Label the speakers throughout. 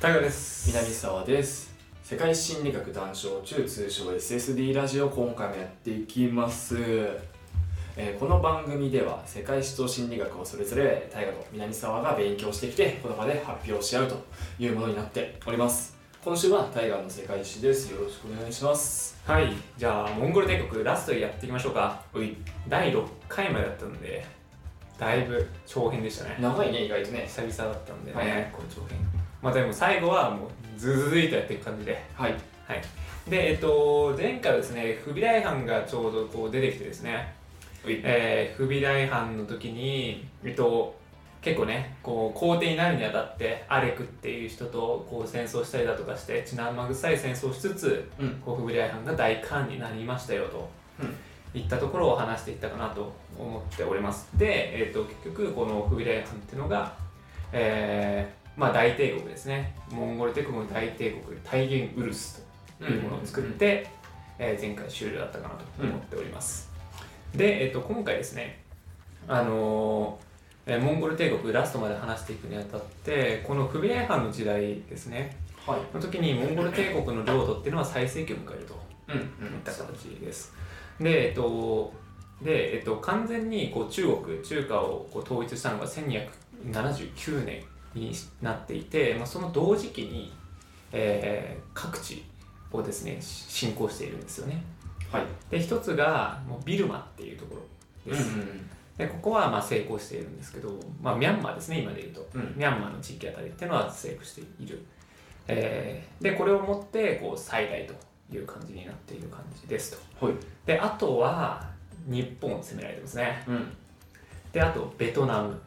Speaker 1: タイガです
Speaker 2: 南沢です世界心理学談笑中通称 SSD ラジオ今回もやっていきます、えーこの番組では世界史と心理学をそれぞれ大河と南沢が勉強してきて言葉で発表し合うというものになっております今週は大河の世界史ですよろしくお願いします
Speaker 1: はいじゃあモンゴル帝国ラストやっていきましょうか
Speaker 2: うい
Speaker 1: 第6回までだったのでだいぶ長編でしたね
Speaker 2: 長いね意外とね
Speaker 1: 久々だったんでね、
Speaker 2: はいはい
Speaker 1: こう長編まあでも最後はもうズズズイとやっていく感じで
Speaker 2: はい
Speaker 1: はいでえっと前回はですね不備大藩がちょうどこう出てきてですね
Speaker 2: うい
Speaker 1: えー不備大藩の時に、えっと、結構ねこう皇帝になるにあたってアレクっていう人とこう戦争したりだとかして血生臭い戦争をしつつ
Speaker 2: うん
Speaker 1: こう不備大藩が大官になりましたよと
Speaker 2: うん
Speaker 1: いったところを話していったかなと思っておりますで、えっと結局この不備大藩っていうのが、えーまあ、大帝国ですねモンゴル帝国の大帝国大元ウルスというものを作って、えー前回終了だったかなと思っております、で、えっと、今回ですね、あのーえーモンゴル帝国ラストまで話していくにあたってこのフビレイハンの時代ですね
Speaker 2: はい
Speaker 1: の時にモンゴル帝国の領土っていうのは最盛期を迎えると
Speaker 2: うんう
Speaker 1: いっ
Speaker 2: ん
Speaker 1: た形ですでえっとで、えっと、完全にこう中国中華をこう統一したのが1279年になっていて、まあ、その同時期に、えー各地をですね侵攻しているんですよね
Speaker 2: はい
Speaker 1: で一つがもうビルマっていうところです、でここはまあ成功しているんですけど、まあ、ミャンマーですね今でいうと、
Speaker 2: うん
Speaker 1: ミャンマーの地域あたりっていうのは成功している、えーでこれをもってこう最大という感じになっている感じですと
Speaker 2: はい
Speaker 1: であとは日本を攻められてますね
Speaker 2: うん
Speaker 1: であとベトナム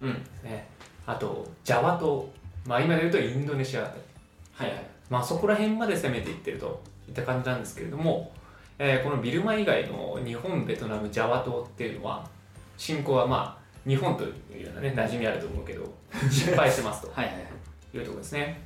Speaker 2: うん
Speaker 1: ですねあとジャワ島、まあ、今でいうとインドネシアあたり
Speaker 2: はいはい
Speaker 1: まあ、そこら辺まで攻めていってるといった感じなんですけれども、えーこのビルマ以外の日本ベトナムジャワ島っていうのは侵攻はまあ日本というようなね馴染みあると思うけど 失敗してますと
Speaker 2: はいはいはい
Speaker 1: いうところですね。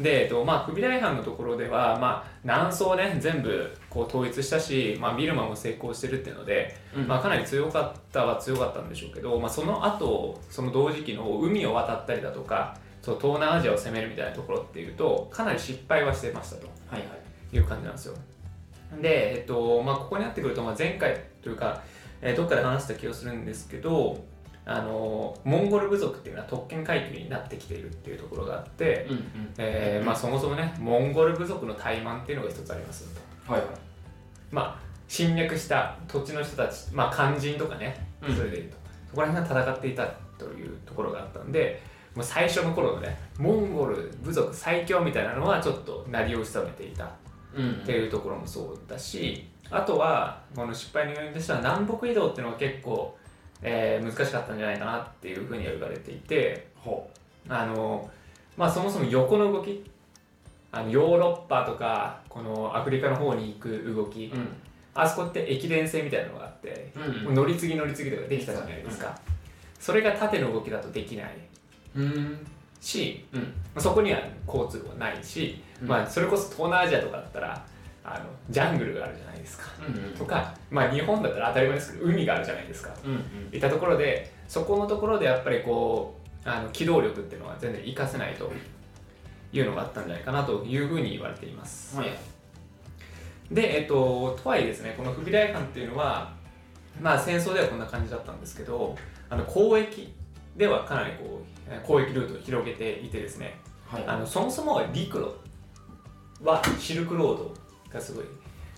Speaker 1: で、えっとまあ、クビライハンのところでは、まあ、南宋ね全部こう統一したし、まあ、ビルマも成功してるっていうので、
Speaker 2: うん
Speaker 1: まあ、かなり強かったは強かったんでしょうけど、まあ、その後その同時期の海を渡ったりだとかそう東南アジアを攻めるみたいなところっていうとかなり失敗はしてましたと
Speaker 2: はいはい
Speaker 1: いう感じなんですよで、えっとまあ、ここになってくると、まあ、前回というか、えーどっかで話した気がするんですけどあのモンゴル部族っていうのは特権階級になってきているっていうところがあって、
Speaker 2: うんうん
Speaker 1: えーまあ、そもそもねモンゴル部族の怠慢っていうのが一つありますよと
Speaker 2: はいはい
Speaker 1: まあ、侵略した土地の人たち、まあ、肝心とかね
Speaker 2: うん
Speaker 1: それでいうと、そこら辺が戦っていたというところがあったんでもう最初の頃のねモンゴル部族最強みたいなのはちょっと鳴りを潜めていたっ
Speaker 2: うん
Speaker 1: ていうところもそうだしあとはこの失敗の要因としては南北移動っていうのが結構、えー難しかったんじゃないかなっていうふうには言われていて。
Speaker 2: ほ
Speaker 1: あのまあそもそも横の動きあのヨーロッパとかこのアフリカの方に行く動き、
Speaker 2: ううん
Speaker 1: あそこって駅伝制みたいなのがあって、
Speaker 2: うん
Speaker 1: もう乗り継ぎ乗り継ぎとかできたじゃないですか、それが縦の動きだとできない
Speaker 2: うん
Speaker 1: し
Speaker 2: うん
Speaker 1: まあそこには交通はないし、
Speaker 2: うん
Speaker 1: まあ、それこそ東南アジアとかだったらあのジャングルがあるじゃないですか、
Speaker 2: うん
Speaker 1: とか、まあ、日本だったら当たり前ですけど海があるじゃないですか
Speaker 2: うん
Speaker 1: いたところでそこのところでやっぱりこうあの機動力っていうのは全然活かせないというのがあったんじゃないかなというふうに言われています。
Speaker 2: はい
Speaker 1: で、えっと、とはいえですねこのフビライハンっていうのは、まあ、戦争ではこんな感じだったんですけどあの交易ではかなりこうえー交易ルートを広げていてですね
Speaker 2: はい
Speaker 1: あのそもそもは陸路はシルクロードがすごい、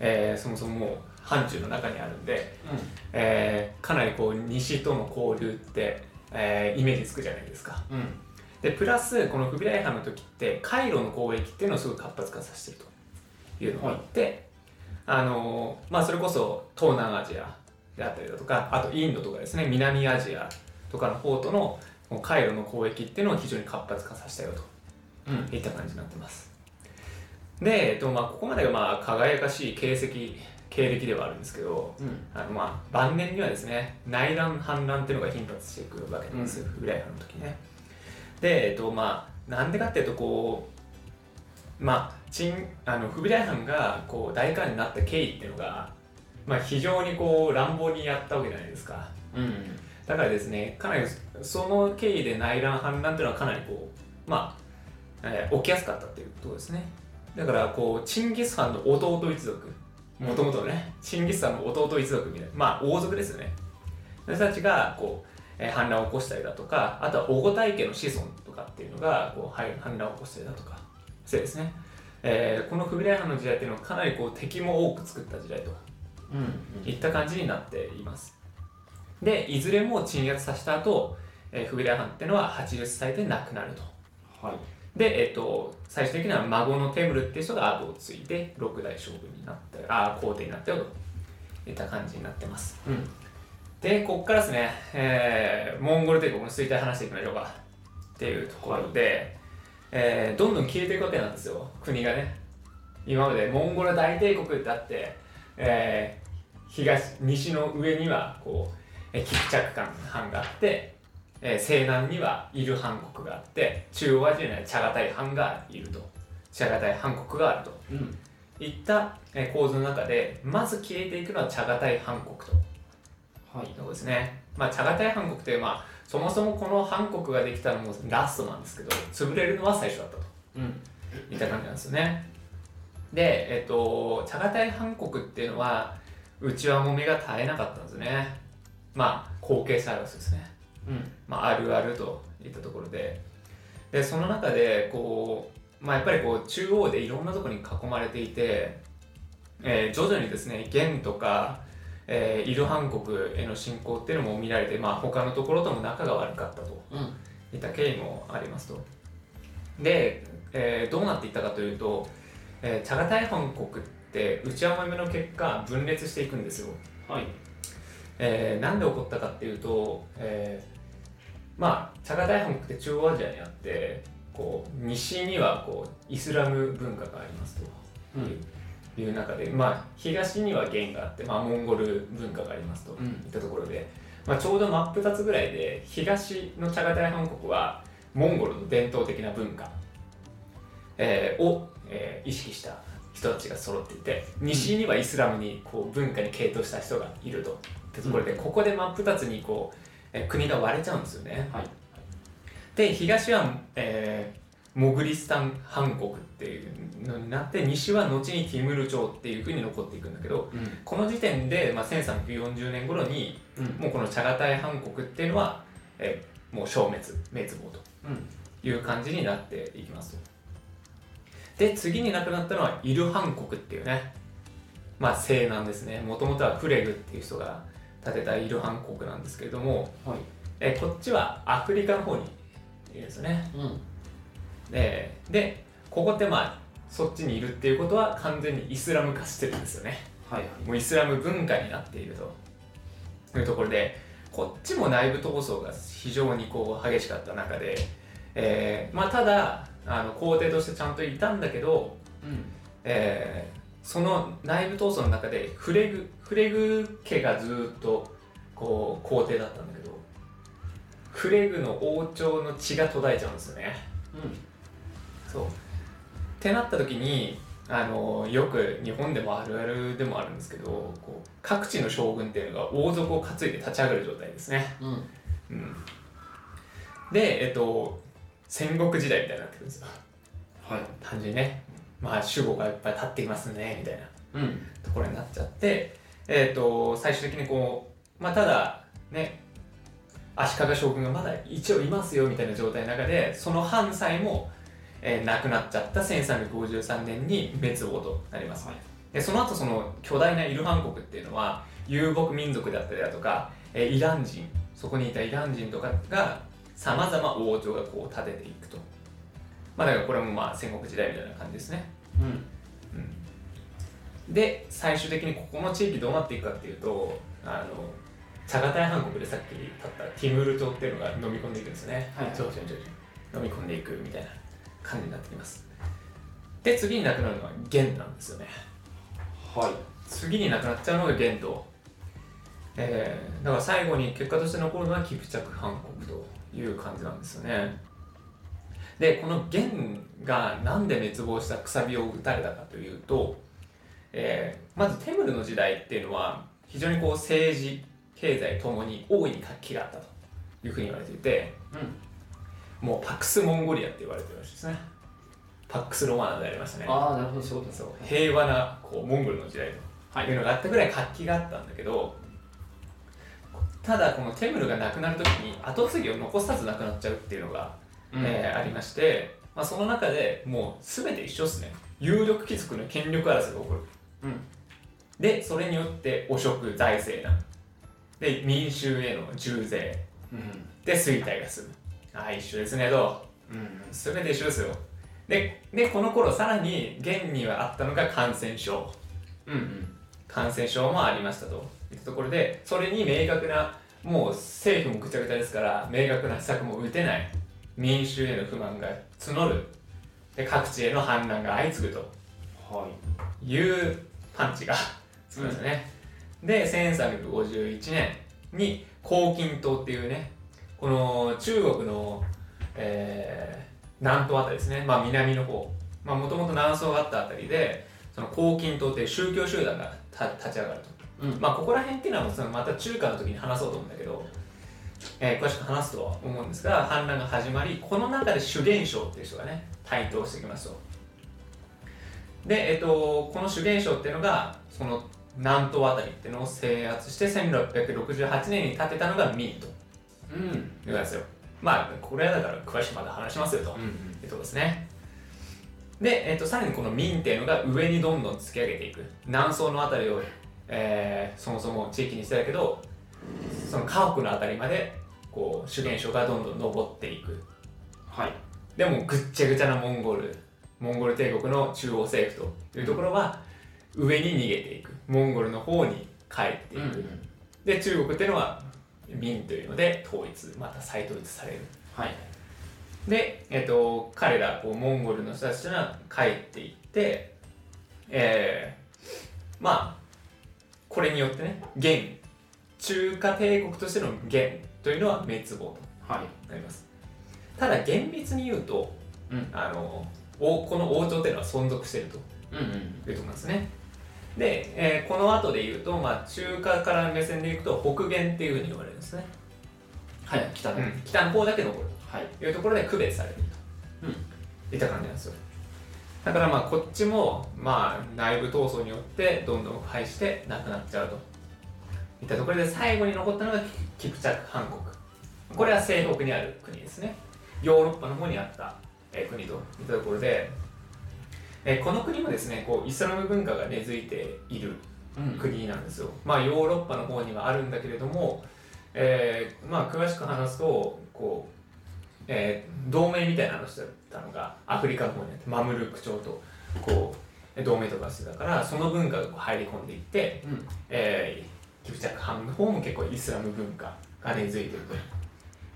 Speaker 1: えーそもそももう範疇の中にあるんでえーかなりこう西との交流って、えーイメージつくじゃないですか
Speaker 2: うんうん
Speaker 1: でプラスこのフビライハンの時ってカイロの交易っていうのをすごい活発化させてるというのがあって、あのーまあ、それこそ東南アジアであったりだとかあとインドとかですね南アジアとかの方とのこのカイロの交易っていうのを非常に活発化させたよと
Speaker 2: うん
Speaker 1: いった感じになってますで、えっとまあ、ここまでがまあ輝かしい形跡経歴ではあるんですけど
Speaker 2: うん
Speaker 1: あのまあ晩年にはですね内乱反乱っていうのが頻発していくわけなんですよ、フビライハンの時ねでえっとまあなんでかっていうとこうまあチンあのフビライハンがこう大官になった経緯っていうのが、まあ、非常にこう乱暴にやったわけじゃないですか
Speaker 2: うん
Speaker 1: だからですねかなりその経緯で内乱反乱っていうのはかなりこうまあえー起きやすかったっていうことですねだからこうチンギス・ハンの弟一族もともとねチンギス・ハンの弟一族みたいなまあ王族ですよね私たちがこう、えー反乱を起こしたりだとかあとはオゴ大家の子孫とかっていうのがこうはい反乱を起こしたりだとかそうですね、えーこのフビライハンの時代っていうのはかなりこう敵も多く作った時代と
Speaker 2: うんうん
Speaker 1: いった感じになっていますでいずれも鎮圧させた後、えーフビライハンっていうのは80歳で亡くなると
Speaker 2: はい
Speaker 1: で、えっと、最終的には孫のテムルっていう人が後を継いで六代将軍になってあー皇帝になったよといった感じになってます
Speaker 2: うん
Speaker 1: でここからですね、えーモンゴル帝国の衰退話していきましょうかっていうところで、えーどんどん消えていくわけなんですよ国がね今までモンゴル大帝国だって、えー東西の上にはこうえーキプチャクカン藩があって、えー西南にはイル藩国があって中央アジアにはチャガタイ藩がいるとチャガタイ藩国があると
Speaker 2: うん
Speaker 1: いったえー構図の中でまず消えていくのはチャガタイ藩国と
Speaker 2: はい
Speaker 1: そうですね、まあ、チャガタイ藩国って、まあ、そもそもこの藩国ができたのもラストなんですけど潰れるのは最初だったと
Speaker 2: うん
Speaker 1: いった感じなんですよねで、えっと、チャガタイ藩国っていうのはうちはもめが絶えなかったんですねまあ後継者争いですね
Speaker 2: うん
Speaker 1: まあ、あるあるといったところででその中でこう、まあ、やっぱりこう中央でいろんなところに囲まれていて、えー徐々にですね元とか、えーイルハン国への侵攻っていうのも見られて、まあ、他のところとも仲が悪かったと
Speaker 2: うん
Speaker 1: いった経緯もありますとで、えーどうなっていったかというと、えーチャガタイ藩国って内山夢の結果分裂していくんですよ
Speaker 2: はい
Speaker 1: えーなんで起こったかっていうと、えーまあチャガ大本国って中央アジアにあってこう西にはこうイスラム文化があります
Speaker 2: う
Speaker 1: という中で、まあ、東には元があって、まあ、モンゴル文化がありますとい
Speaker 2: う
Speaker 1: っ
Speaker 2: ん
Speaker 1: たところで、まあ、ちょうど真っ二つぐらいで東のチャガ大本国はモンゴルの伝統的な文化、えーを、えー意識した人たちが揃っていて西にはイスラムにこう文化に傾倒した人がいるとってところで、ここで真っ二つにこう、えー国が割れちゃうんですよね。
Speaker 2: はい
Speaker 1: で東は、えーモグリスタン藩国っていうのになって西は後にティムール朝っていうふうに残っていくんだけど
Speaker 2: うん
Speaker 1: この時点で、まあ、1340年頃にもうこのチャガタイ藩国っていうのは、えーもう消滅滅亡と
Speaker 2: うん
Speaker 1: いう感じになっていきますで次に亡くなったのはイルハン国っていうねまあ西南ですねもともとはフレグっていう人が建てたイルハン国なんですけれども
Speaker 2: はい
Speaker 1: えーこっちはアフリカの方にいるんですよね
Speaker 2: うん
Speaker 1: ででここってまあそっちにいるっていうことは完全にイスラム化してるんですよね
Speaker 2: はいはい
Speaker 1: もうイスラム文化になっているというところでこっちも内部闘争が非常にこう激しかった中で、えーまあ、ただあの皇帝としてちゃんといたんだけど、
Speaker 2: うん
Speaker 1: えーその内部闘争の中でフレグフレグ家がずーっとこう皇帝だったんだけどフレグの王朝の血が途絶えちゃうんですよね。そうってなった時にあのよく日本でもあるあるでもあるんですけどこう各地の将軍っていうのが王族を担いで立ち上がる状態ですね、
Speaker 2: うんうん
Speaker 1: うん、でえっと戦国時代みたいになってくるんですよ
Speaker 2: はい
Speaker 1: 単純にねまあ守護がいっぱい立っていますねみたいな
Speaker 2: うん
Speaker 1: ところになっちゃって、えー、と最終的にこう、まあ、ただね足利将軍がまだ一応いますよみたいな状態の中でその藩祭も、えー亡くなっちゃった1353年に滅亡となります、
Speaker 2: はい
Speaker 1: でその後その巨大なイルハン国っていうのは遊牧民族だったりだとか、えーイラン人そこにいたイラン人とかがさまざま王朝がこう建てていくとまあだからこれもまあ戦国時代みたいな感じですね
Speaker 2: うん
Speaker 1: で最終的にここの地域どうなっていくかっていうとあのチャガタイ藩国でさっき立ったティムール島っていうのが飲み込んでいくんですね、
Speaker 2: はい
Speaker 1: ちょちょちょちょ飲み込んでいくみたいな感じになってきますで次になくなるのは元なんですよね
Speaker 2: はい
Speaker 1: 次になくなっちゃうのが元と、えーだから最後に結果として残るのはキプチャク韓国という感じなんですよねでこの元がなんで滅亡したくさびを打たれたかというと、えーまずテムルの時代っていうのは非常にこう政治経済ともに大いに活気があったというふうに言われていて
Speaker 2: うん
Speaker 1: もうパクス・モンゴリアって言われてるらしいですねックス・ロマーナでありましたね
Speaker 2: ああなるほどそういうことです
Speaker 1: そう
Speaker 2: よ
Speaker 1: 平和なこうモンゴルの時代と
Speaker 2: はい
Speaker 1: いうのがあったぐらい活気があったんだけどただこのテムルが亡くなる時に後継ぎを残さず亡くなっちゃうっていうのが、えーありまして、まあ、その中でもう全て一緒ですね有力貴族の権力争いが起こる
Speaker 2: うん
Speaker 1: でそれによって汚職財政難で民衆への重税
Speaker 2: うん
Speaker 1: で衰退が進むああ一緒ですねどう
Speaker 2: うん
Speaker 1: 全て一緒ですよででこの頃さらに現にはあったのが感染症
Speaker 2: うんうん
Speaker 1: 感染症もありましたといったところでそれに明確なもう政府もぐちゃぐちゃですから明確な施策も打てない民衆への不満が募るで各地への反乱が相次ぐと
Speaker 2: はい
Speaker 1: いうパンチがつくんですよね、で1351年に黄金島っていうねこの中国の、えー南東あたりですねまあ南の方まあもともと南宋があったあたりでその黄金島っていう宗教集団がた立ち上がると
Speaker 2: うん
Speaker 1: まあここら辺っていうのはそのまた中華の時に話そうと思うんだけど、えー詳しく話すとは思うんですが反乱が始まりこの中で修験省っていう人がね台頭してきますとで、えっと、この修験省っていうのがその南東あたりっていうのを制圧して1668年に建てたのが明と
Speaker 2: うんう
Speaker 1: いう
Speaker 2: ん
Speaker 1: わけですよまあこれはだから詳しくまだ話しますよと
Speaker 2: うん
Speaker 1: えっとですね。で、えっと、さらにこの民っていうのが上にどんどん突き上げていく。南宋のあたりを、えーそもそも地域にしてたけど、その家屋のあたりまで、こう、主権者がどんどん登っていく。
Speaker 2: はい
Speaker 1: でも、ぐっちゃぐちゃなモンゴル、モンゴル帝国の中央政府というところは、上に逃げていく。モンゴルの方に帰っていく。で、中国っていうのは、民というので、統一、また再統一される。
Speaker 2: はい
Speaker 1: で、えっと彼らこうモンゴルの人たちというのは帰っていって、えーまあこれによってね元中華帝国としての元というのは滅亡
Speaker 2: はい
Speaker 1: となりますただ厳密に言うと、
Speaker 2: うん
Speaker 1: あの王この王朝というのは存続していると
Speaker 2: うんうん
Speaker 1: というところなんですね。で、えーこの後で言うと、まあ、中華から目線でいくと北元っていうふうに言われるんですね、
Speaker 2: はい来た
Speaker 1: う
Speaker 2: ね
Speaker 1: ん、北の方だけ残る
Speaker 2: はい
Speaker 1: というところで区別されている
Speaker 2: うん
Speaker 1: いた感じなんですよだからまあこっちもまあ内部闘争によってどんどん腐敗してなくなっちゃうといったところで最後に残ったのがキプチャク韓国これは西北にある国ですねヨーロッパの方にあったえー国といったところでえーこの国もですねこうイスラム文化が根付いている
Speaker 2: うん
Speaker 1: 国なんですよ、まあ、ヨーロッパの方にはあるんだけれども、えーまあ、詳しく話すとこう、えー同盟みたいなのをしてたのがアフリカの方にあってマムルク朝とこう同盟とかしてたからその文化がこう入り込んでいって、
Speaker 2: うん
Speaker 1: えー、キプチャクハンの方も結構イスラム文化が根付いてるといっ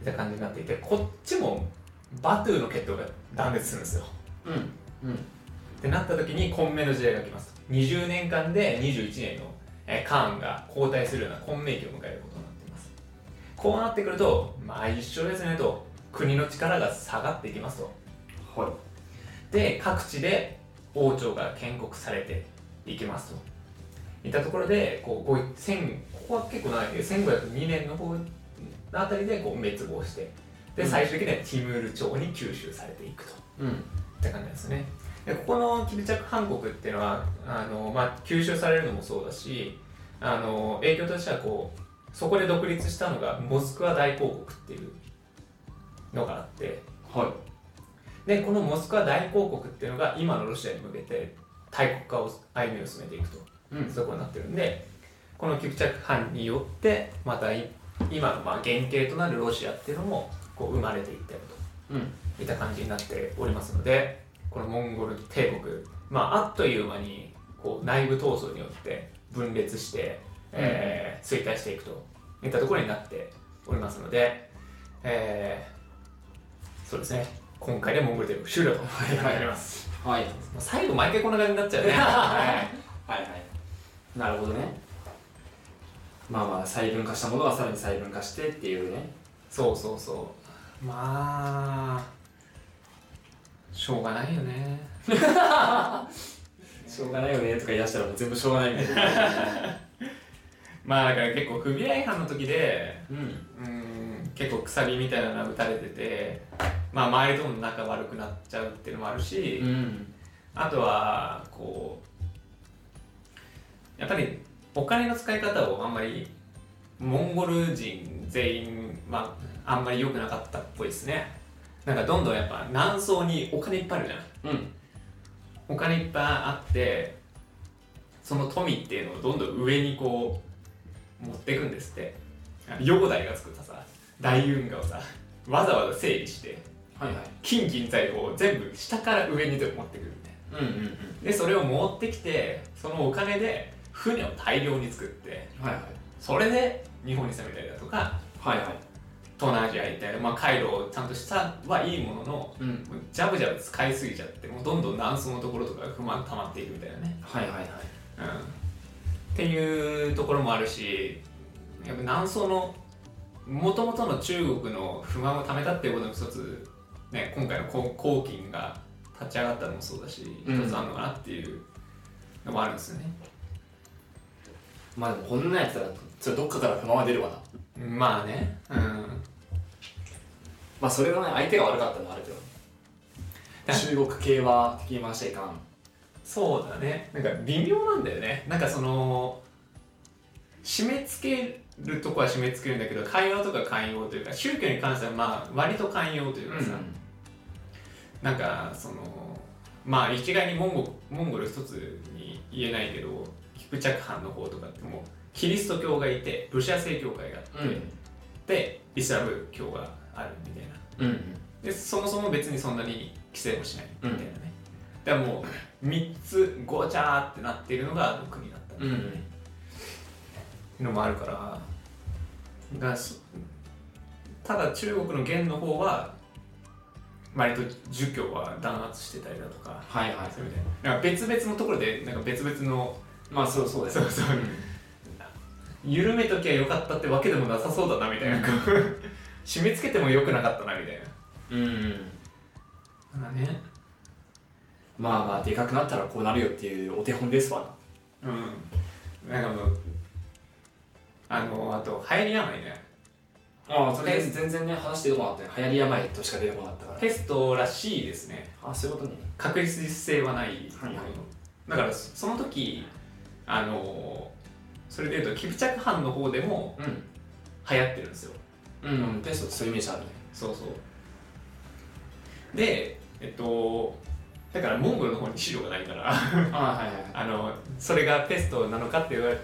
Speaker 1: た感じになっていてこっちもバトゥーの血統が断絶するんですよ。
Speaker 2: うんうん
Speaker 1: ってなった時に混迷の時代が来ます20年間で21年の、えーカーンが交代するような混迷期を迎えることになっていますこうなってくるとまあ一緒ですねと国の力が下がっていきますと
Speaker 2: はい
Speaker 1: で各地で王朝が建国されていきますといったところでこうご1000ここは結構長いけど1502年の方のあたりでこう滅亡してで
Speaker 2: うん
Speaker 1: 最終的にはティムール朝に吸収されていくと
Speaker 2: うん
Speaker 1: って感じですねでここのキルチャク韓国っていうのはあの、まあ、吸収されるのもそうだしあの影響としてはこうそこで独立したのがモスクワ大公国っていうのがあって
Speaker 2: はい
Speaker 1: でこのモスクワ大公国っていうのが今のロシアに向けて大国化を歩みを進めていくと
Speaker 2: うん
Speaker 1: そういうことになってるんでこのキプチャク藩によってまたい今のまあ原型となるロシアっていうのもこう生まれていったよと。
Speaker 2: うん
Speaker 1: いた感じになっておりますのでこのモンゴル帝国、まあ、あっという間にこう内部闘争によって分裂して、えー衰退していくといったところになっておりますので、えーそうですね今回でモンゴル帝国終了と
Speaker 2: はい
Speaker 1: なり ます、
Speaker 2: はい
Speaker 1: もう最後毎回こんな感じになっちゃうね、
Speaker 2: はいはいなるほどねまあまあ細分化したものはさらに細分化してっていうね
Speaker 1: そうそうそうまあしょうがないよね
Speaker 2: しょうがないよねとか言い出したらもう全部しょうがないみ たいな
Speaker 1: まあだから結構組合違反の時で
Speaker 2: うん
Speaker 1: うーん結構鎖みたいなのが打たれててまあ、周りとの仲悪くなっちゃうっていうのもあるし、
Speaker 2: うん
Speaker 1: あとはこうやっぱりお金の使い方をあんまりモンゴル人全員、まあ、あんまり良くなかったっぽいですねなんかどんどんやっぱ南宋にお金いっぱいあるじゃん
Speaker 2: うん
Speaker 1: お金いっぱいあってその富っていうのをどんどん上にこう持っていくんですって煬帝が作ったさ大運河をさわざわざ整理して
Speaker 2: はいはい
Speaker 1: 金銀財宝を全部下から上にと持ってくるみたいな
Speaker 2: うんうん
Speaker 1: でそれを持ってきてそのお金で船を大量に作って
Speaker 2: うんはいはい
Speaker 1: それで日本に攻めたりだとか
Speaker 2: はいはい
Speaker 1: 東南アジア行ったり、まあ、回路をちゃんとしたはいいもののも
Speaker 2: うん
Speaker 1: うジャブジャブ使いすぎちゃってもうどんどん南宋のところとかが不満溜まっていくみたいなね、
Speaker 2: はいはいはい
Speaker 1: うん、っていうところもあるしやっぱ南宋のもともとの中国の不満をためたっていうことの一つ、ね、今回のこう黄金が立ち上がったのもそうだし一
Speaker 2: うん
Speaker 1: つあるのかなっていうのもあるんですよね。
Speaker 2: まあでもこんなんやったらそれどっかから不満は出るわな
Speaker 1: まあね、うん、
Speaker 2: まあそれがね相手が悪かったのはあるけど中国系は敵に回しちゃいかん
Speaker 1: そうだねなんか微妙なんだよねなんかその締め付けるとこは締め付けるんだけど寛容とか寛容というか宗教に関してはまあ割と寛容というかさ、なんかそのまあ一概にモンゴモンゴル一つに言えないけどキプチャクハンの方とかってもうキリスト教がいてロシア正教会があって、でイスラム教があるみたいな
Speaker 2: うん
Speaker 1: でそもそも別にそんなに規制もしないみたいなね、だからもう3つごちゃーってなっているのが6になったっ
Speaker 2: うんうん
Speaker 1: ていうのもあるからだからそただ中国の元の方は割と儒教は弾圧してたりだとか
Speaker 2: はいはい
Speaker 1: そういうみたいななんか別々のところでなんか別々の
Speaker 2: まあそうそうです
Speaker 1: そうそう緩めときゃよかったってわけでもなさそうだなみたいな締め付けてもよくなかったなみたい
Speaker 2: うんうん
Speaker 1: ななんかね
Speaker 2: まあまあでかくなったらこうなるよっていうお手本ですわな
Speaker 1: うん。なんかもう、あの、あと、流行り病ね。
Speaker 2: ああとりあえず全然ね話してこなかったね流行り病としか出てこなかったか
Speaker 1: ペストらしいですね。
Speaker 2: らあそういうことね
Speaker 1: 確実性はない。
Speaker 2: はいはい
Speaker 1: だから、そその時、あの、それでいうと、キプチャクハンの方でも
Speaker 2: う
Speaker 1: 流行ってるんですよ。
Speaker 2: んうん、うん、ペストってそういうイメージあるね
Speaker 1: そうそう。で、えっと、だからモンゴルの方に資料がないから、
Speaker 2: あはいはい
Speaker 1: あの、それがペストなのかって言われ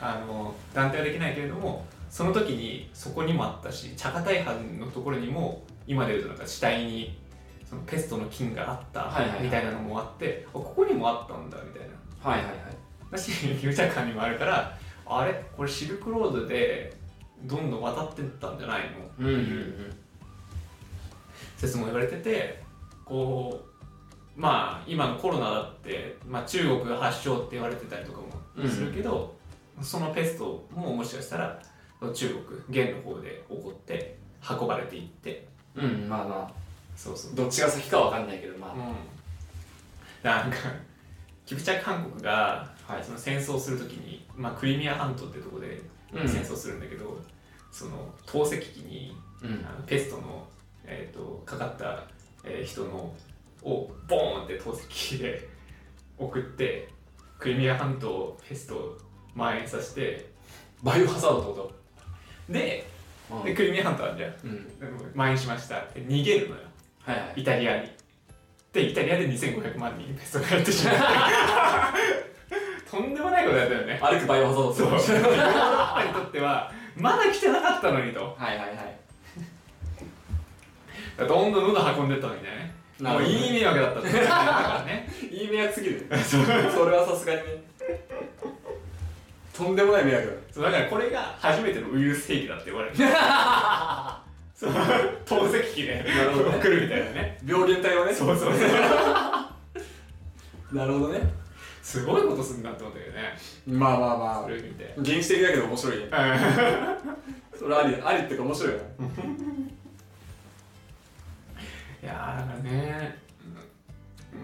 Speaker 1: あの断定はできないけれどもその時にそこにもあったし茶化大藩のところにも今でいうとなんか死体にそのペストの菌があった
Speaker 2: はいはいはい
Speaker 1: みたいなのもあって、あここにもあったんだみたいな
Speaker 2: はいはいはい
Speaker 1: だし牛茶館にもあるからあれこれシルクロードでどんどん渡ってったんじゃないの
Speaker 2: うんうんうん
Speaker 1: 説も言われててこうまあ今のコロナだって、まあ、中国が発祥って言われてたりとかもするけど、そのペストももしかしたら中国元の方で起こって運ばれていって
Speaker 2: うんまあま
Speaker 1: そうそう
Speaker 2: あどっちが先かは分かんないけどま
Speaker 1: うんなんかキプチャク韓国が
Speaker 2: あはい
Speaker 1: その戦争するときに、まあ、クリミア半島ってとこで
Speaker 2: うん
Speaker 1: 戦争するんだけど、その透析機に
Speaker 2: うん
Speaker 1: あのペストの、えー、とかかった、えー人のをボーンって透析機で送ってクリミア半島をペストを蔓延させて
Speaker 2: バイオハザードってこ
Speaker 1: で
Speaker 2: と
Speaker 1: でクリミア半島あるじゃん
Speaker 2: うん
Speaker 1: でも蔓延しましたで逃げるのよ
Speaker 2: はいはい
Speaker 1: イタリアにでイタリアで2500万人ペストがやってしまってとんでもないことやったよね
Speaker 2: 歩くバイオハザードって
Speaker 1: そう
Speaker 2: こ
Speaker 1: ヨ
Speaker 2: と
Speaker 1: ーロッパにとってはまだ来てなかったのにとだか
Speaker 2: はいはいはい
Speaker 1: らどんどんどんどん運んでったのにね
Speaker 2: な
Speaker 1: も
Speaker 2: る
Speaker 1: う
Speaker 2: ほど
Speaker 1: いい迷惑だったってことだからね
Speaker 2: いい迷惑すぎるそれはさすがにねとんでもない迷惑
Speaker 1: そうだからこれが初めてのウイルス兵器だって言われる そう透析機で
Speaker 2: なるほどね
Speaker 1: 送るみたいなね
Speaker 2: 病原体はね
Speaker 1: そうそう
Speaker 2: なるほどね
Speaker 1: すごいことすんなって思ったけどね
Speaker 2: まあまあま
Speaker 1: それ見て
Speaker 2: 原始的だけど面白いねそれありありってか面白いよね
Speaker 1: いやーだからね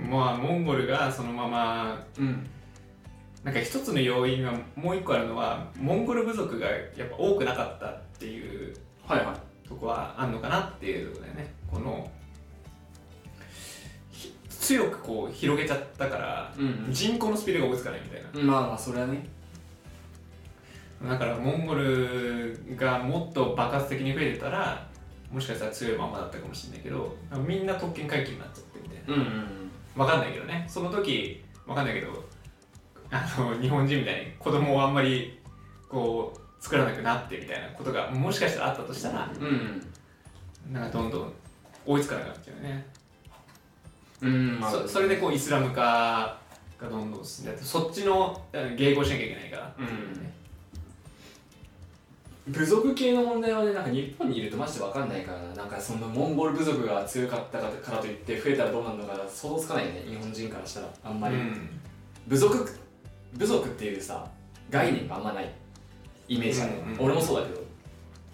Speaker 1: うんまあモンゴルがそのまま
Speaker 2: うん
Speaker 1: なんか一つの要因はもう一個あるのはモンゴル部族がやっぱ多くなかったっていう
Speaker 2: はいはい
Speaker 1: とこはあんのかなっていうところだよねこの強くこう広げちゃったから、
Speaker 2: うん
Speaker 1: 人口のスピードが追いつかないみたいな
Speaker 2: うん、まあまあそれはね
Speaker 1: だからモンゴルがもっと爆発的に増えてたらもしかしたら強いままだったかもしれないけどみんな特権階級になっちゃってみたいな
Speaker 2: うんうん
Speaker 1: わかんないけどねその時わかんないけどあの日本人みたいに子供をあんまりこう作らなくなってみたいなことがもしかしたらあったとしたら
Speaker 2: うん
Speaker 1: なんかどんどん追いつかなくなっちゃうよね、
Speaker 2: うん、
Speaker 1: そそれでこうイスラム化がどんどん進んでってそっちのあの迎合しなきゃいけないから、
Speaker 2: うん部族系の問題はねなんか日本にいるとマジで分かんないからななんかそのモンゴル部族が強かったからからといって増えたらどうなるのか想像つかないよね日本人からしたらあんまり、
Speaker 1: うん
Speaker 2: 部族部族っていうさ概念があんまないイメージある、
Speaker 1: うんうん
Speaker 2: 俺もそうだけど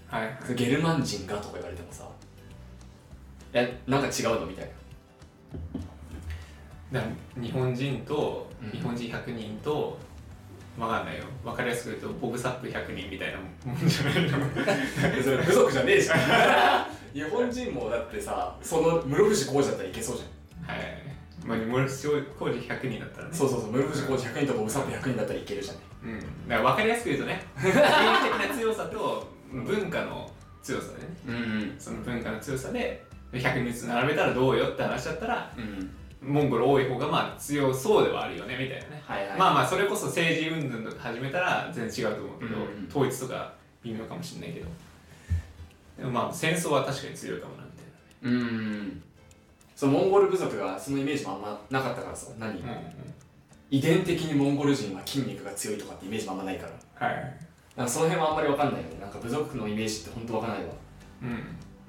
Speaker 1: はいはい
Speaker 2: ゲルマン人がとか言われてもさえなんか違うのみたいな
Speaker 1: だから日本人と
Speaker 2: うん
Speaker 1: 日本人100人と、わかんないよわかりやすく言うとボブサップ100人みたいなもんじゃない の
Speaker 2: それ部族じゃねえじゃん 日本人もだってさその室伏浩二だったらいけそうじゃ
Speaker 1: は
Speaker 2: ん
Speaker 1: いまあ森口工事100人だったらね
Speaker 2: そうそうそう、室伏浩二100人とボブサップ100人だったらいけるじゃん。
Speaker 1: うん、だから分かりやすく言うとね経営的な強さと文化の強さでね
Speaker 2: うん
Speaker 1: その文化の強さで100人ずつ並べたらどうよって話だったら
Speaker 2: うん。
Speaker 1: モンゴル多い方がまあ強そうではあるよねみたいなね、
Speaker 2: はいはい。
Speaker 1: まあ
Speaker 2: あ、
Speaker 1: まあそれこそ政治運動とか始めたら全然違うと思うけど、
Speaker 2: うん
Speaker 1: 統一とか微妙かもしれないけどでもまあ戦争は確かに強いかもなみ
Speaker 2: うん。そのモンゴル部族がそのイメージもあんまなかったからさ、何、
Speaker 1: たいな、ね
Speaker 2: 遺伝的にモンゴル人は筋肉が強いとかってイメージもあんまないから。
Speaker 1: うん、はい、
Speaker 2: なんかその辺はあんまりわかんないよね。なんか部族のイメージって本当わかんないわ。
Speaker 1: うん、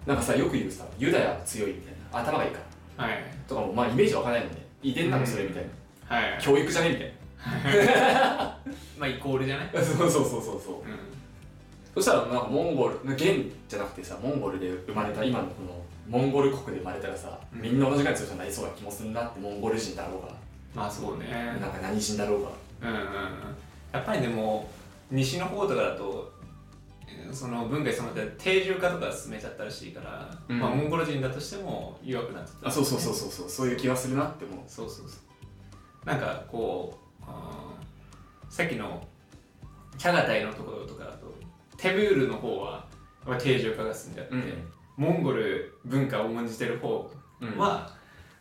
Speaker 2: なんかさ、よく言うさ、ユダヤは強いみたいな。頭がいいから。
Speaker 1: はい
Speaker 2: とかもまあイメージわかんないもんね。遺伝なのそれみたいな。
Speaker 1: はい
Speaker 2: 教育じゃねみたい
Speaker 1: まあイコールじゃない、
Speaker 2: な。そうそうそうそうそう。
Speaker 1: う
Speaker 2: そしたらなんかモンゴル現じゃなくてさモンゴルで生まれた今のこのモンゴル国で生まれたらさ、
Speaker 1: うん
Speaker 2: みんな同じぐらいの強さになりそうな気もするなってモンゴル人だろうが、
Speaker 1: ん、まあそうね
Speaker 2: なんか何人だろうが
Speaker 1: うんうんうんやっぱりでも西の方とかだとえーその文化に染まって定住化とか進めちゃったらしいから、
Speaker 2: うん
Speaker 1: まあ、モンゴル人だとしても弱くなっちゃった
Speaker 2: あそうそうそうそうそうそういう気がするなって思う
Speaker 1: そうそうそうなんかこうあーさっきのチャガタイのところとかだとテブールの方はやっぱ定住化が進んじゃって、
Speaker 2: うん
Speaker 1: モンゴル文化を重んじてる方は、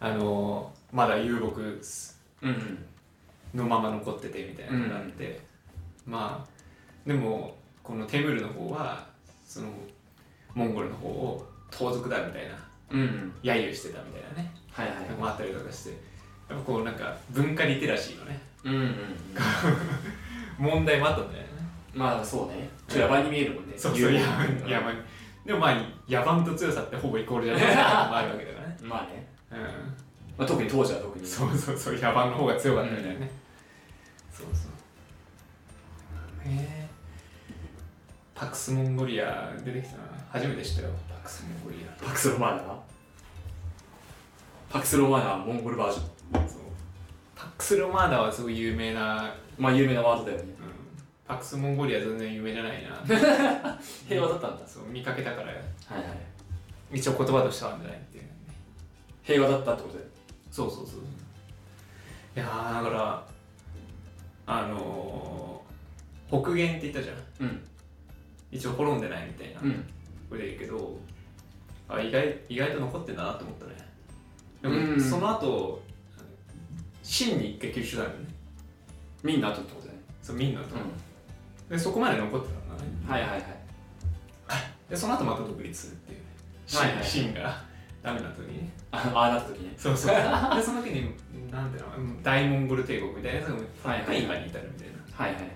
Speaker 1: あのーまだ遊牧
Speaker 2: うんうん
Speaker 1: のまま残っててみたいなのがあって、まあでもこのテーブルの方はそのモンゴルの方を盗賊だみたいな
Speaker 2: うんうん
Speaker 1: 揶揄してたみたいなね、
Speaker 2: はいはい
Speaker 1: のもあったりとかしてやっぱこうなんか文化リテラシーのね
Speaker 2: うんうん、
Speaker 1: 問題もあったんだよね
Speaker 2: まあそうねちょっと野蛮に見えるもんね
Speaker 1: そうそう野
Speaker 2: 有名
Speaker 1: 蛮野蛮にでもまあ野蛮と強さってほぼイコールじゃない ってこともあるわけだからね
Speaker 2: まあね、
Speaker 1: うん
Speaker 2: まあ、特に当時は特に
Speaker 1: そうそうそう、野蛮の方が強かったみたいなね。そうそう。ねえ。パクスモンゴリア出てきたな。初めて知ったよ。パクスモンゴリ
Speaker 2: パクスロマーナなパクスロマーナはモンゴルバージョン
Speaker 1: ア。そう。パクスロマーダはすごい有名な。
Speaker 2: まあ有名なワードだよね
Speaker 1: うん、パクスモンゴリア全然有名じゃない な。
Speaker 2: 平和だったんだ
Speaker 1: そう、見かけたから、
Speaker 2: はいはい
Speaker 1: 一応言葉としてはあるんじゃないっていう。
Speaker 2: 平和だったってことだよ
Speaker 1: そうそうそう。いやー、だから、あのー、北限って言ったじゃん。
Speaker 2: うん
Speaker 1: 一応滅んでないみたいな。
Speaker 2: うん
Speaker 1: 売れるけどあ意外意外と残ってんだなと思ったねでも、
Speaker 2: うん
Speaker 1: その後真に一回吸収だよね
Speaker 2: みんなとってことだね。
Speaker 1: そうみんなと、でそこまで残ってたんだね
Speaker 2: はいはいはい。
Speaker 1: でその後また独立するっていう
Speaker 2: はいはい
Speaker 1: 真がダメな時にね
Speaker 2: あああなった時ね。
Speaker 1: そうそうでその時になんていうの大モンゴル帝国みたいなやつが
Speaker 2: はいはい
Speaker 1: 今に至るみたいな
Speaker 2: はいはい。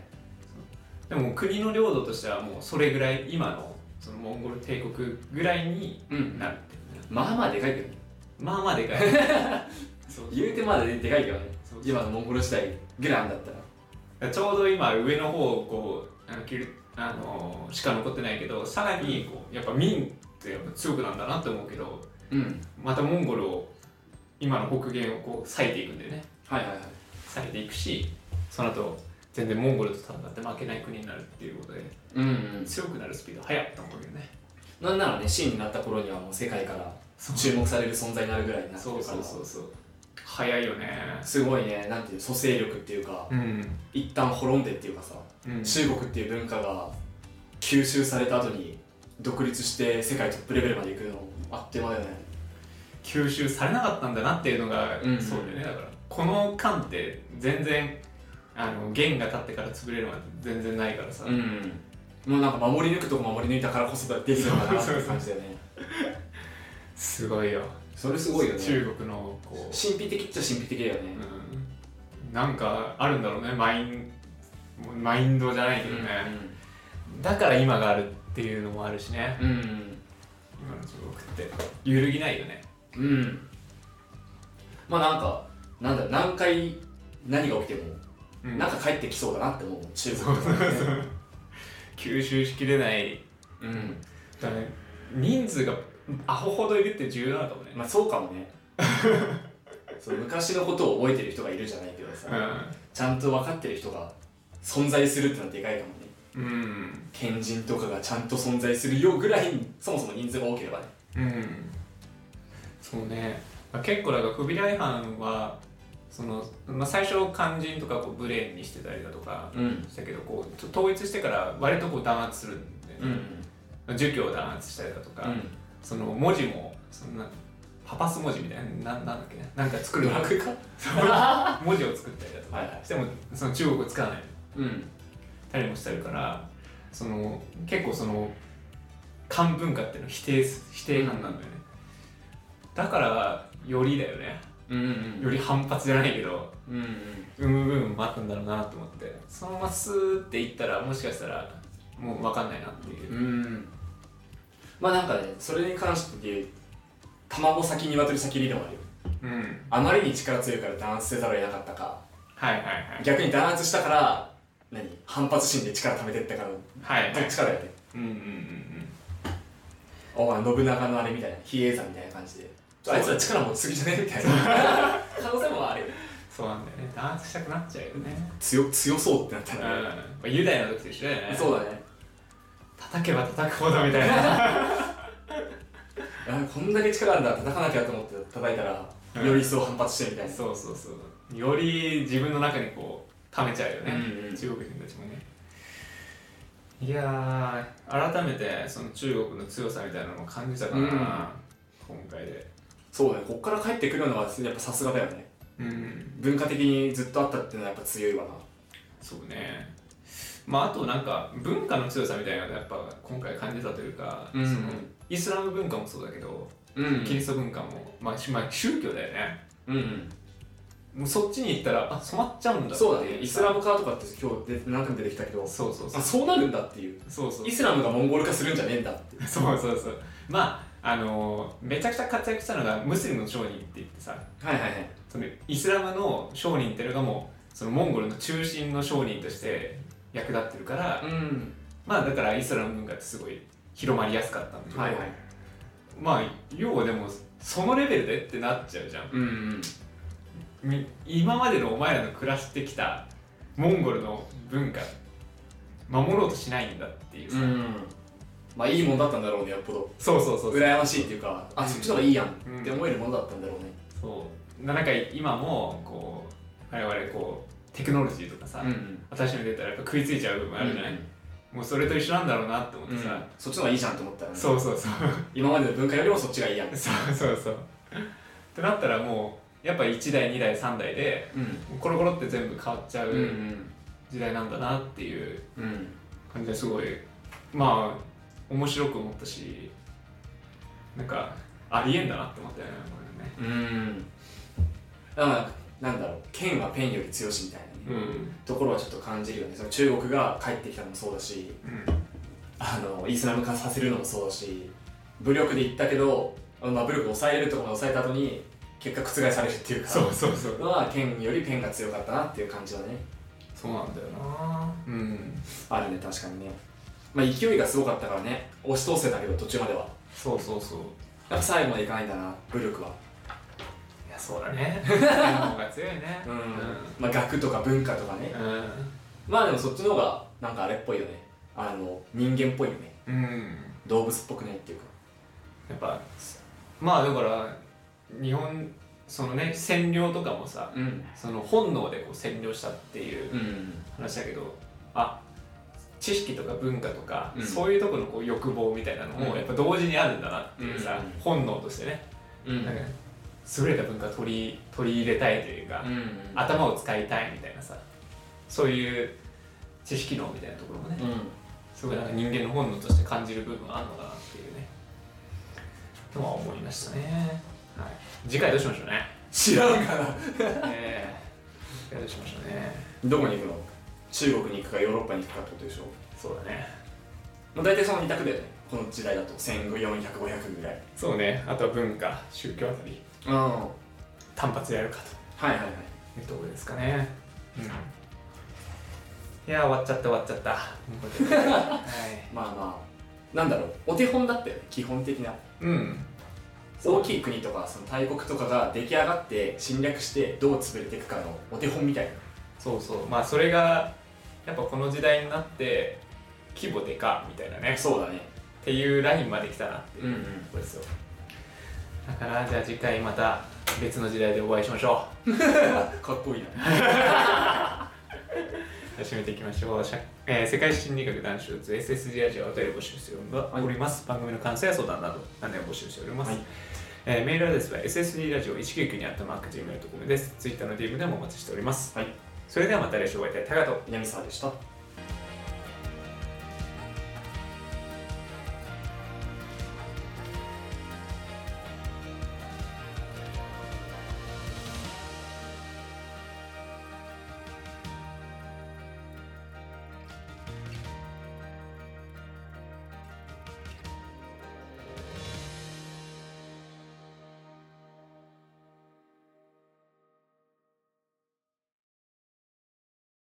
Speaker 1: でももう国の領土としてはもうそれぐらい今のそのモンゴル帝国ぐらいに
Speaker 2: うん
Speaker 1: なるっていうね、
Speaker 2: まあまあでかいけどね。
Speaker 1: まあまあでかいそう
Speaker 2: 言うてまだでかいけどね
Speaker 1: そう。
Speaker 2: 今のモンゴル時代ぐらいあんだったら。
Speaker 1: ちょうど今上の方をこうあの切るあのーしか残ってないけどさらにこうやっぱ民ってやっぱ強くなんだなって思うけど
Speaker 2: うん。
Speaker 1: またモンゴルを今の北限をこう割いていくんだよね
Speaker 2: はいはいはい。
Speaker 1: 割いていくしその後全然モンゴルと戦って負けない国になるっていうことで
Speaker 2: うん、うん。
Speaker 1: 強くなるスピード速かったもんね
Speaker 2: なんならね、シーンになった頃にはもう世界から
Speaker 1: そう
Speaker 2: 注目される存在になるぐらいになって
Speaker 1: そ
Speaker 2: る
Speaker 1: う
Speaker 2: から。
Speaker 1: そうそうそう早いよね
Speaker 2: すごいねなんていう蘇生力っていうか、
Speaker 1: うん、
Speaker 2: 一旦滅んでっていうかさ
Speaker 1: うん、
Speaker 2: 中国っていう文化が吸収された後に独立して世界トップレベルまで行くのあってまだよね
Speaker 1: 吸収されなかったんだなっていうのが、
Speaker 2: うん
Speaker 1: そうだよねだからこの間って全然あの弦が立ってから潰れるまで全然ないからさ、
Speaker 2: んもうなんか守り抜くとこ守り抜いたからこそできるのかなっていう感じだよね
Speaker 1: すごいよ
Speaker 2: それす
Speaker 1: 中国のこ
Speaker 2: 神秘的っちゃ神秘的だよね
Speaker 1: う、うん、なんかあるんだろうねマインマインドじゃないけどね、だから今があるっていうのもあるしね
Speaker 2: うんうん
Speaker 1: 今の中国って揺るぎないよね
Speaker 2: うんまあなんかなんだろう何回何が起きても、
Speaker 1: うん
Speaker 2: なんか帰ってきそうだなって思う中
Speaker 1: そう
Speaker 2: 国
Speaker 1: そうそう吸収しきれない
Speaker 2: うん
Speaker 1: だね人数がアホほどいるって重要なのかもね、
Speaker 2: まあそうかもね そう昔のことを覚えてる人がいるじゃないけどさ、ちゃんと分かってる人が存在するってのはでかいかもね
Speaker 1: うんうん
Speaker 2: 賢人とかがちゃんと存在するよぐらいそもそも人数が多ければね
Speaker 1: うんそうねまあ結構だから不備来犯はその、まあ、最初肝心とかこうブレーンにしてたりだとか
Speaker 2: うん
Speaker 1: したけどこうちょっと統一してから割とこう弾圧するんで、
Speaker 2: うん
Speaker 1: 儒教を弾圧したりだとか、その文字もそんなパパス文字みたいなななんだっけねなんか作る
Speaker 2: ドラクエか
Speaker 1: 文字を作ったりだとか、
Speaker 2: はいはい
Speaker 1: してもその中国を使わない
Speaker 2: うん
Speaker 1: たりもしてるからその結構その漢文化っていうのを否定す否定反なんだよね、だからよりだよね
Speaker 2: うん
Speaker 1: より反発じゃないけど
Speaker 2: うん
Speaker 1: う
Speaker 2: うん
Speaker 1: むぶむまくんだろうなと思ってそのままスーっていったらもしかしたらもう分かんないなっていう、
Speaker 2: うんまあなんかねそれに関して言う卵先鶏先理論あるよ
Speaker 1: うん、
Speaker 2: あまりに力強いから弾圧せざるを得なかったか
Speaker 1: はいはいはい
Speaker 2: 逆に弾圧したから何反発心で力貯めてったからど
Speaker 1: はいは
Speaker 2: っ
Speaker 1: い
Speaker 2: ちかだよね
Speaker 1: うんうんうんうん
Speaker 2: お前信長のあれみたいな比叡山みたいな感じであいつは力持ちすぎじゃねみたいな 可能性もあるよ
Speaker 1: そうなんだよね弾圧したくなっちゃうよね
Speaker 2: 強強そうってなった
Speaker 1: うん
Speaker 2: ら、ね
Speaker 1: まあユダヤの時と一緒だよね
Speaker 2: そうだね
Speaker 1: 叩けば叩くほどみたいな
Speaker 2: あこんだけ力あるんだ叩かなきゃと思って叩いたら、
Speaker 1: うん
Speaker 2: より一層反発してみたいな
Speaker 1: そうそうそうより自分の中にこう溜めちゃうよね、
Speaker 2: うんうん
Speaker 1: 中国人たちもねいやー改めてその中国の強さみたいなのを感じたかな、
Speaker 2: うん
Speaker 1: 今回で
Speaker 2: そうだねこっから帰ってくるのはやっぱさすがだよね
Speaker 1: うん
Speaker 2: 文化的にずっとあったっていうのはやっぱ強いわな
Speaker 1: そうねまああとなんか文化の強さみたいなのがやっぱ今回感じたというか、
Speaker 2: うんうん
Speaker 1: そのイスラム文化もそうだけど、
Speaker 2: うん
Speaker 1: キリスト文化も、まあ、しまあ宗教だよね、
Speaker 2: うんうん
Speaker 1: もうそっちに行ったらあ染まっちゃうんだ
Speaker 2: そうだねイスラ
Speaker 1: ム
Speaker 2: ム化とかって今日で何回も出てきたけど
Speaker 1: そうそうそ
Speaker 2: あ
Speaker 1: う
Speaker 2: そうなるんだっていう
Speaker 1: そうそう
Speaker 2: イスラムがモンゴル化するんじゃねえんだって いう
Speaker 1: そうそうそうまああのーめちゃくちゃ活躍したのがムスリムの商人って言ってさ
Speaker 2: はいはいはい
Speaker 1: そのイスラムの商人っていうのがもうそのモンゴルの中心の商人として役立ってるから、
Speaker 2: うん
Speaker 1: まあだからイスラム文化ってすごい広まりやすかったんだけど、
Speaker 2: はいはい
Speaker 1: まあ要はでもそのレベルでってなっちゃうじゃん
Speaker 2: うんうん
Speaker 1: み今までのお前らの暮らしてきたモンゴルの文化守ろうとしないんだっていうさ、
Speaker 2: うんまあいいもんだったんだろうねよっぽど
Speaker 1: そうそうそうそう
Speaker 2: 羨ましいっていうかあそっちの方がいいやん
Speaker 1: うん
Speaker 2: って思えるものだったんだろうね
Speaker 1: そうなんか今もこう我々こうテクノロジーとかさ、
Speaker 2: ん
Speaker 1: 私の出たらやっぱ食いついちゃう部分あるじゃない、もうそれと一緒なんだろうなって思ってさ、
Speaker 2: そっちの方がいいじゃんと思ったらね
Speaker 1: そうそうそう
Speaker 2: 今までの文化よりもそっちがいいやん
Speaker 1: そうそうそうってなったらもうやっぱ1代2代3代で
Speaker 2: うん
Speaker 1: コロコロって全部変わっちゃ
Speaker 2: うんう
Speaker 1: うん時代なんだなっていう
Speaker 2: うん
Speaker 1: 感じですごいまあ面白く思ったしなんかありえんだなって思ったよね
Speaker 2: うんだからなんだろう剣はペンより強しみたいなね、
Speaker 1: これね
Speaker 2: ところはちょっと感じるよねその中国が帰ってきたのもそうだし
Speaker 1: うんうん
Speaker 2: あのイスラム化させるのもそうだし武力で言ったけど、まあ、武力を抑えれるところまで抑えた後に結果覆されるっていうか
Speaker 1: そうそうそう
Speaker 2: のは剣よりペンが強かったなっていう感じはね
Speaker 1: そうなんだよなうん
Speaker 2: あるね確かにね、まあ、勢いがすごかったからね押し通せたけど途中までは
Speaker 1: そうそうそう
Speaker 2: やっぱ最後までいかないんだな武力はい
Speaker 1: やそうだ ねその方が強いね
Speaker 2: うん、まあ、学とか文化とかねまあでもそっちの方がなんかあれっぽいよねあの人間っぽいよね
Speaker 1: うん、うん、
Speaker 2: 動物っぽくないっていうか
Speaker 1: やっぱまあだから日本そのね占領とかもさ
Speaker 2: うん
Speaker 1: その本能でこう占領したっていう
Speaker 2: うん
Speaker 1: 話だけどあ知識とか文化とか、
Speaker 2: うん
Speaker 1: そういうとこのこう欲望みたいなのも
Speaker 2: うん
Speaker 1: やっぱ同時にあるんだなっていうさ、
Speaker 2: うん
Speaker 1: 本能としてね、
Speaker 2: うん
Speaker 1: なんか優れた文化を取り取り入れたいというか、
Speaker 2: うん
Speaker 1: 頭を使いたいみたいなさそういう知識能みたいなところもね、
Speaker 2: う
Speaker 1: すごいなんか人間の本能として感じる部分があるのかなっていうねとは思いましたね、はい、次回どうしましょう ね
Speaker 2: 知らんかな
Speaker 1: ええ次回どうしましょうね
Speaker 2: どこに行くの中国に行くかヨーロッパに行くかってことでしょ
Speaker 1: そうだね
Speaker 2: もう大体その二択だよねこの時代だと1400500ぐらい
Speaker 1: そうねあとは文化宗教あたり
Speaker 2: うんはい
Speaker 1: 単発でやるか
Speaker 2: はいはい
Speaker 1: というところですかねうんいやー終わっちゃった終わっちゃった、 はい、
Speaker 2: まあまあなんだろうお手本だったよね基本的な
Speaker 1: うん
Speaker 2: 大きい国とかその大国とかが出来上がって侵略してどう潰れていくかのお手本みたいな
Speaker 1: そうそうまあそれがやっぱこの時代になって規模でかみたいなね
Speaker 2: そうだね
Speaker 1: っていうラインまで来たなっていう
Speaker 2: うんう
Speaker 1: と
Speaker 2: ん
Speaker 1: ころですよ、だからじゃあ次回また別の時代でお会いしましょ
Speaker 2: かっこいいな
Speaker 1: う始めていきましょう、しゃえー世界心理学男子術 SSG ラジオはお便り募集しております、番組の感想や相談など何でも募集しております、
Speaker 2: はい
Speaker 1: えーメールアドレスは SSD ラジオ199にあったマーク Gmail.com です Twitter の DM でもお待ちしております
Speaker 2: はい
Speaker 1: それではまた来週お会いいたいタカと
Speaker 2: 南沢でした